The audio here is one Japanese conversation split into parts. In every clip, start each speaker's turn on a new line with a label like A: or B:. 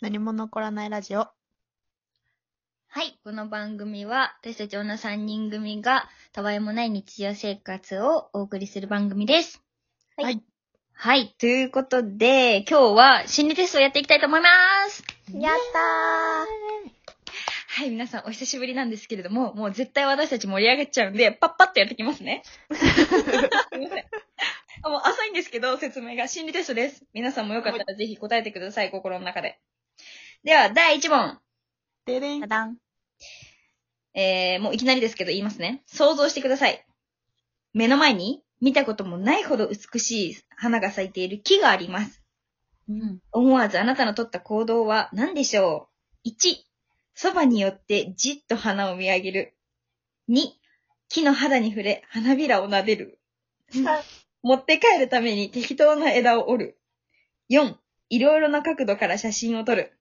A: 何も残らないラジオ。
B: はい。この番組は、私たち女3人組が、たわいもない日常生活をお送りする番組です。
A: はい。
B: はい。ということで、今日は心理テストをやっていきたいと思います。
A: やった
B: はい。皆さん、お久しぶりなんですけれども、もう絶対私たち盛り上がっちゃうんで、パッパッとやってきます ね。すいません。あもう浅いんですけど、説明が心理テストです。皆さんもよかったらぜひ答えてください、心の中で。では、第1問。
A: ーででん
B: ダ。ダン。えー、もういきなりですけど言いますね。想像してください。目の前に見たこともないほど美しい花が咲いている木があります。
A: うん。
B: 思わずあなたの取った行動は何でしょう ?1、そばに寄ってじっと花を見上げる。2、木の肌に触れ花びらを撫でる。持って帰るために適当な枝を折る。4、いろいろな角度から写真を撮る。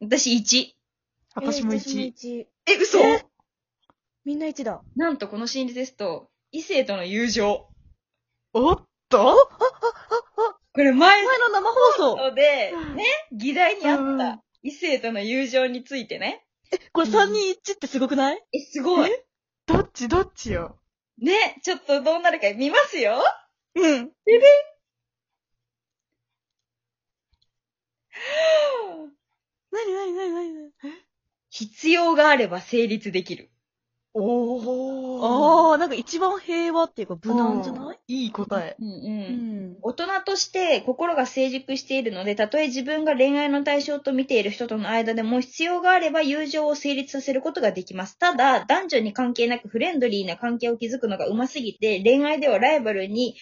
B: 私1。
A: 私も1。
C: 1。
B: え、嘘
C: みんな1だ。
B: なんとこの心理テスト、異性との友情。
A: おっと
B: これ前の
C: 前の生放送
B: 放送で、ね、議題にあ
A: う
B: っ
A: ん
B: た異性との友情についてね。
C: これ3人一致ってすごくない
B: え、すごい。
A: どっちどっちよ。
B: ね、ちょっとどうなるか見ますよ。
C: うん。なになになになに
B: 必要があれば成立できる。
A: おー。
C: あー、なんか一番平和っていうか無難じゃない
A: いい答え。
B: うん
C: う
B: うん。
C: ん。
B: 大人として心が成熟しているので、たとえ自分が恋愛の対象と見ている人との間でも必要があれば友情を成立させることができます。ただ、男女に関係なくフレンドリーな関係を築くのが上手すぎて、恋愛ではライバルに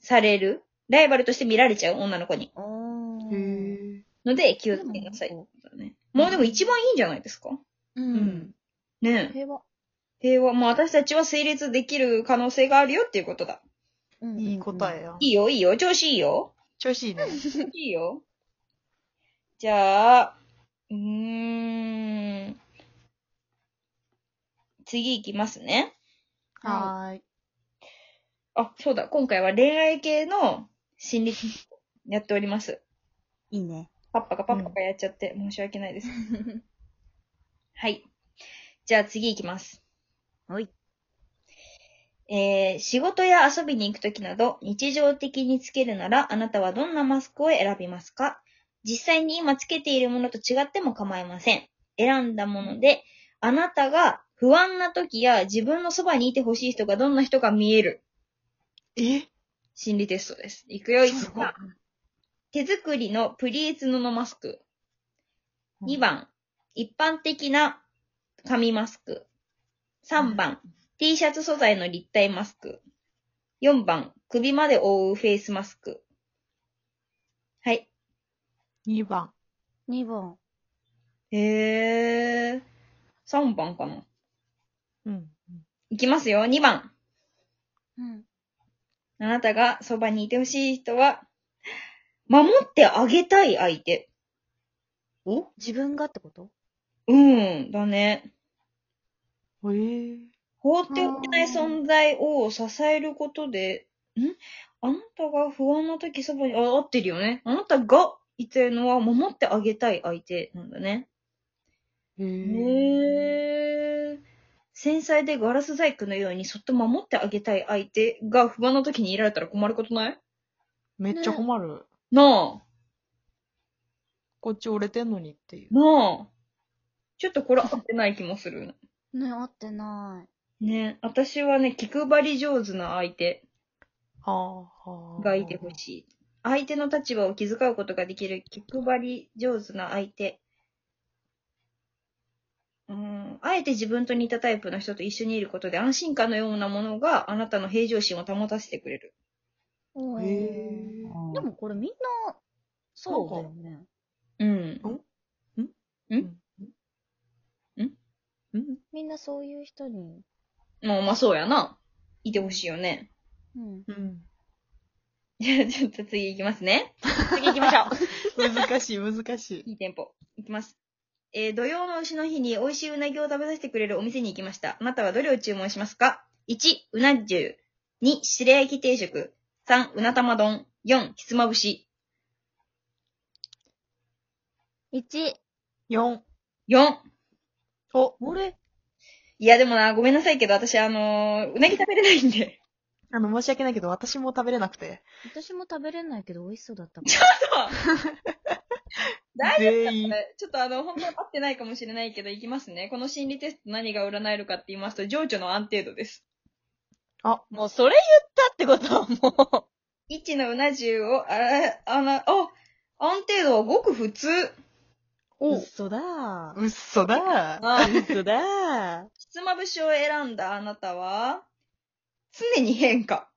B: される、ライバルとして見られちゃう女の子に。
C: あ
A: へ
C: ー。
A: ー。
B: ので、気をつけなさい。ねもうでも一番いいんじゃないですか
C: う。
A: うんん。
B: ねえ。
C: 平和。
B: 平和。もう私たちは成立できる可能性があるよっていうことだ。
A: いい答え
C: え。
A: や。
B: いいよ、いいよ。調子いいよ。
A: 調子いいね。
B: いいよ。じゃあ、うーん。次いきますね。
A: はーい。
B: あ、そうだ。今回は恋愛系の心理テストやっております。
C: いいね。
B: パッパがパッパがやっちゃって申し訳ないです。はい。じゃあ次いきます。
C: はい。
B: えー、仕事や遊びに行くときなど日常的につけるならあなたはどんなマスクを選びますか実際に今つけているものと違っても構いません。選んだもので、あなたが不安な時や自分のそばにいてほしい人がどんな人か見える
A: え
B: 心理テストです。いくよ、い
A: す
B: く
A: ごい
B: よ。手作りのプリーツ布マスク。2番、一般的な紙マスク。3番、T シャツ素材の立体マスク。4番、首まで覆うフェイスマスク。はい。
A: ?2 番。
C: 2番。
B: へー。3番かな。
A: うん。
B: いきますよ、2番。
C: うん。
B: あなたがそばにいてほしい人は、守ってあげたい相手。お
C: 自分がってこと
B: うん、だね。
A: えー。
B: 放っておけない存在を支えることで、んあなたが不安な時そばに、あ、合ってるよね。あなたがいてのは守ってあげたい相手なんだね。
A: へー。
B: へー。繊細でガラス細工のようにそっと守ってあげたい相手が不安な時にいられたら困ることない
A: めっちゃ困る。
B: なあ、
A: こっち折れてんのにっていう。
B: なあ。ちょっとこれ合ってない気もする。
C: ね、合ってな
B: ね私はね、気配り上手な相手。
A: はあはあ。
B: がいてほしい。相手の立場を気遣うことができる気配り上手な相手。うん、あえて自分と似たタイプの人と一緒にいることで安心感のようなものがあなたの平常心を保たせてくれる。
C: い。
A: へ
C: え。
A: ー。
C: でもこれみんな、そうだよね。
B: うん。
A: うん
C: みんなそういう人に。
B: まあまあそうやな。いてほしいよね。
C: うん。
A: うん。
B: じゃあちょっと次行きます ね。
C: 次行きましょう。
A: 難しい、難しい。
B: いいテンポ。いきます。えー、土曜の牛の日に美味しいうなぎを食べさせてくれるお店に行きました。あなたはどれを注文しますか ?1、うな重。2、白焼き定食。3、うな玉丼。4、ひつまぶし。
C: 1。
A: 4。
B: 4。
A: お、俺
B: いや、でもな、ごめんなさいけど、私、あのーうなぎ食べれないんで。
A: あの、申し訳ないけど、私も食べれなくて。
C: 私も食べれないけど美味しそうだったもん。
B: 大
A: 全員。
B: ちょっとあの、本当は合ってないかもしれないけど、いきますね。この心理テスト何が占えるかって言いますと、情緒の安定度です。
A: あ、
C: もうそれ言ったってことはも
B: 1のうな重を、あら、あの、あ、安定度はごく普通。
C: う。
A: お、
C: 嘘だー。
A: うっそだ。
B: あ
C: 嘘だー。
B: ひつまぶしを選んだあなたは、常に変化。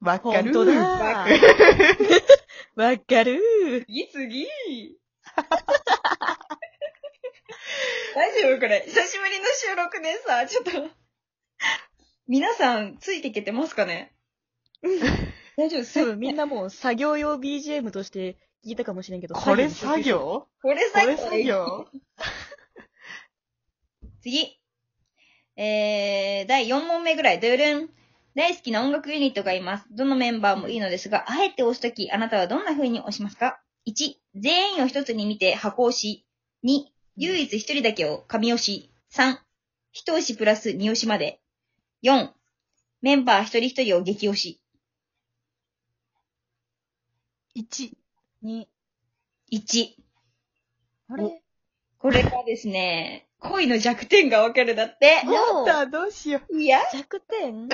A: わかる。
C: 本当だ
B: わか
C: ー。わかるー。
B: 次 次大丈夫これ。久しぶりの収録でさ、ちょっと。皆さん、ついていけてますかね大丈夫 です
C: 多。分みんなもう作業用 BGM として聞いたかもしれんけど。
A: これ作業
B: これ
A: こ
B: 最
A: れ
B: 後
A: 作業
B: 次。えー、第4問目ぐらい、ドゥルン。大好きな音楽ユニットがいます。どのメンバーもいいのですが、あえて押すとき、あなたはどんな風に押しますか ?1、全員を一つに見て箱押し。2、唯一一人だけを紙押し。3、一押しプラス二押しまで。4、メンバー一人一人を激押し。
A: 1。
C: に、
B: 1。
C: あれ
B: これがですね、恋の弱点がわかるだって。
C: お
A: さあ、どうしよう。
B: いや
C: 弱点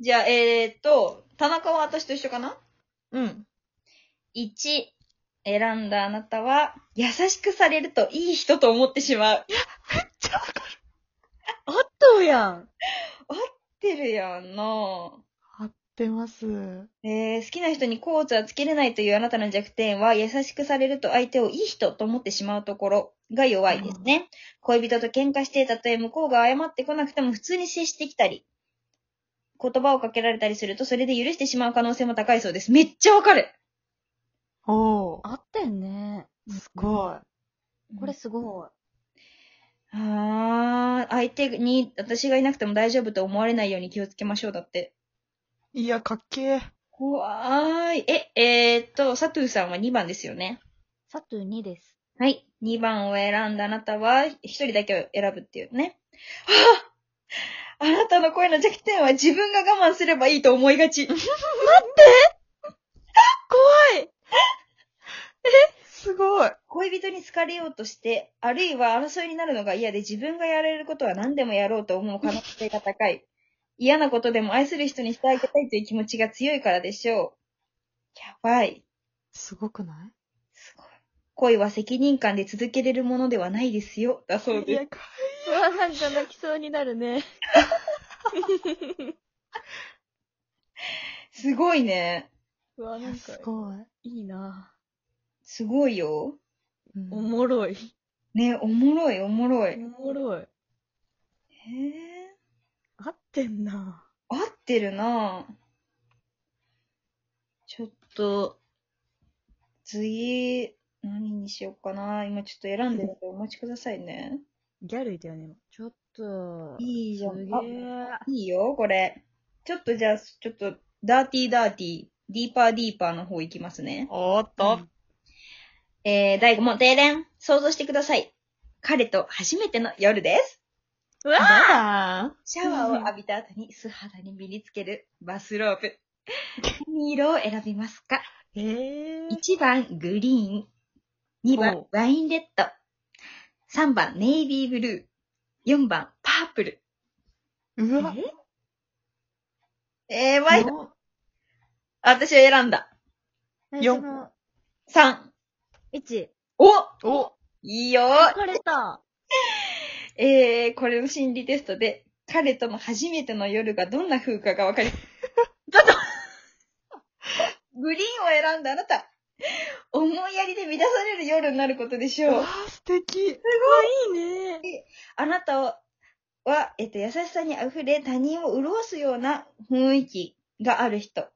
B: じゃあ、えーっと、田中は私と一緒かな
A: うん。
B: 1、選んだあなたは、優しくされるといい人と思ってしまう。
C: あったやん。
B: ってるやんの。
A: 合ってます。
B: えー、好きな人にコーツはつけれないというあなたの弱点は、優しくされると相手をいい人と思ってしまうところが弱いですね。恋人と喧嘩して、たとえ向こうが謝ってこなくても普通に接してきたり、言葉をかけられたりすると、それで許してしまう可能性も高いそうです。めっちゃわかる
A: おー。
C: あってんね。
A: すごい。
C: これすごい。
B: あー、相手に私がいなくても大丈夫と思われないように気をつけましょうだって。
A: いや、かっけー。
B: 怖い。え、えーっと、佐藤さんは2番ですよね。
C: サトゥ2です。
B: はい。2番を選んだあなたは、1人だけを選ぶっていうね。はぁあなたの声の弱点は自分が我慢すればいいと思いがち。
A: すごい。
B: 恋人に好かれようとして、あるいは争いになるのが嫌で自分がやれることは何でもやろうと思う可能性が高い。嫌なことでも愛する人にしてあげたいという気持ちが強いからでしょう。やばい。
A: すごくな
B: すごい。恋は責任感で続けれるものではないですよ。だそう
A: いい
B: で
A: や
B: す。、
A: か
C: うわ、なんか泣きそうになるね。
B: すごいね。
C: うわ、なんか
A: す、ごい。
C: いいな。
B: すごいよ。
A: うん
C: おもろい。
B: ね、おもろい、おもろい。
C: お
B: へぇ
C: もろい。あってんな。
B: 合ってるなぁちょっと、次、何にしようかな今ちょっと選んでるのでお待ちくださいね。
C: ギャルいたよね。ちょっと、
B: いいじゃん。
C: すげ
B: あ
C: え。
B: いいよ、これ。ちょっとじゃあ、ちょっと、ダーティーダーティー、ディーパーディーパーの方いきますね。
A: おーっと。
B: えー、第5問、停電。想像してください。彼と初めての夜です。
C: うわ
A: あ
B: シャワーを浴びた後に素肌に身につけるバスローブ。何色を選びますか
A: ええ
B: ?1 番グリーン。2
A: お
B: 番
A: う
B: ワインレッド。3番ネイビーブルー。4番パープル。
A: うわ。
B: えー、ワイン、私は選んだ。
C: 最
A: よ
C: 初の
B: 3。
C: 1。
B: お
A: お、
B: いいよ
C: 疲れた。
B: えー、これの心理テストで、彼との初めての夜がどんな風かがわかり、ちょ っとグリーンを選んだあなた、思いやりで満たされる夜になることでし
A: う
B: ょ
A: わ
B: う。
A: ー、素敵。
C: いいね。
B: あなたは、えっと、優しさに溢れ他人を潤すような雰囲気がある人。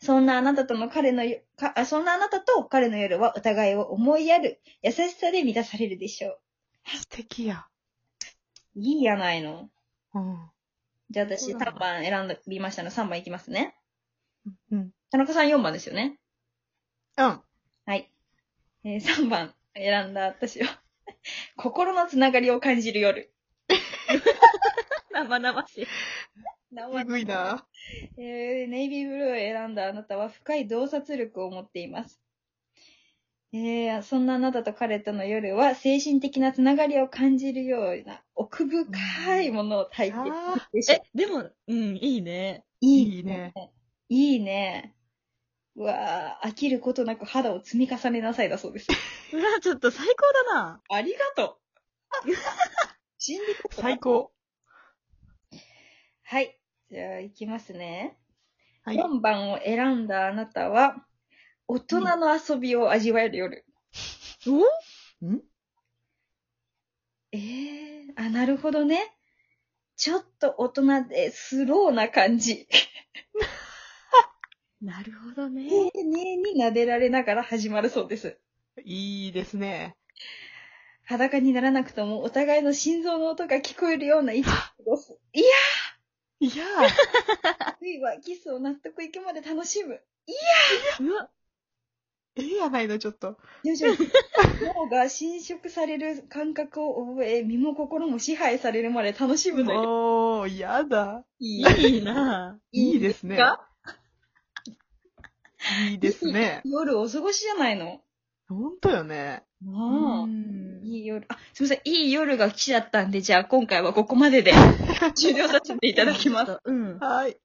B: そんなあなたとの彼のよ、かあそんなあなたと彼の夜はお互いを思いやる優しさで満たされるでしょう。
A: 素敵や。
B: いいやないの。
A: うん。
B: じゃあ私
C: そうだ
B: 3番選びましたの3番いきますね。
A: うん。
B: 田中さん4番ですよね。
A: うん。
B: はい。えー3番。選んだ私は。 心のつながりを感じる夜。
C: 生々しい。
A: えぐいな。
B: えーネイビーブルーを選んだあなたは深い洞察力を持っています。えーそんなあなたと彼との夜は精神的なつながりを感じるような奥深いものを体験
A: あ
B: でしょ
C: え、でも、うん、いいね。
A: ー
B: いい
A: いいね。
B: いいね。うわぁ、飽きることなく肌を積み重ねなさいだそうです。
C: うわ、ちょっと最高だな。
B: ありがとう。心理コ
A: 最高。
B: はい。じゃあ、いきますね。
A: はい。
B: 4番を選んだあなたは、大人の遊びを味わえる夜。
C: お
A: ん
B: ええあ、なるほどね。ちょっと大人でスローな感じ。
C: なるほどね。
B: 丁寧に撫でられながら始まるそうです。
A: いいですね。
B: 裸にならなくともお互いの心臓の音が聞こえるような一日を過ごす。いや
A: いや
B: 次はキスを納得いくまで楽しむ。
C: うわ、
A: ー、ええやないの、ちょっと。
B: 徐々に脳が侵食される感覚を覚え、身も心も支配されるまで楽しむのよ。
A: おー、やだ。
B: い
C: いいな。
A: いいですね。
B: か
A: いいですね。
B: 夜お過ごしじゃないの
A: ほんとよね。
B: あ
A: う
B: あ。
A: ん
B: いい夜。あ、すみません。いい夜が来ちゃったんで、じゃあ今回はここま でで終了させていただきます。
C: す。うん。
A: はい。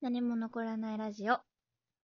D: 何も残らないラジオ。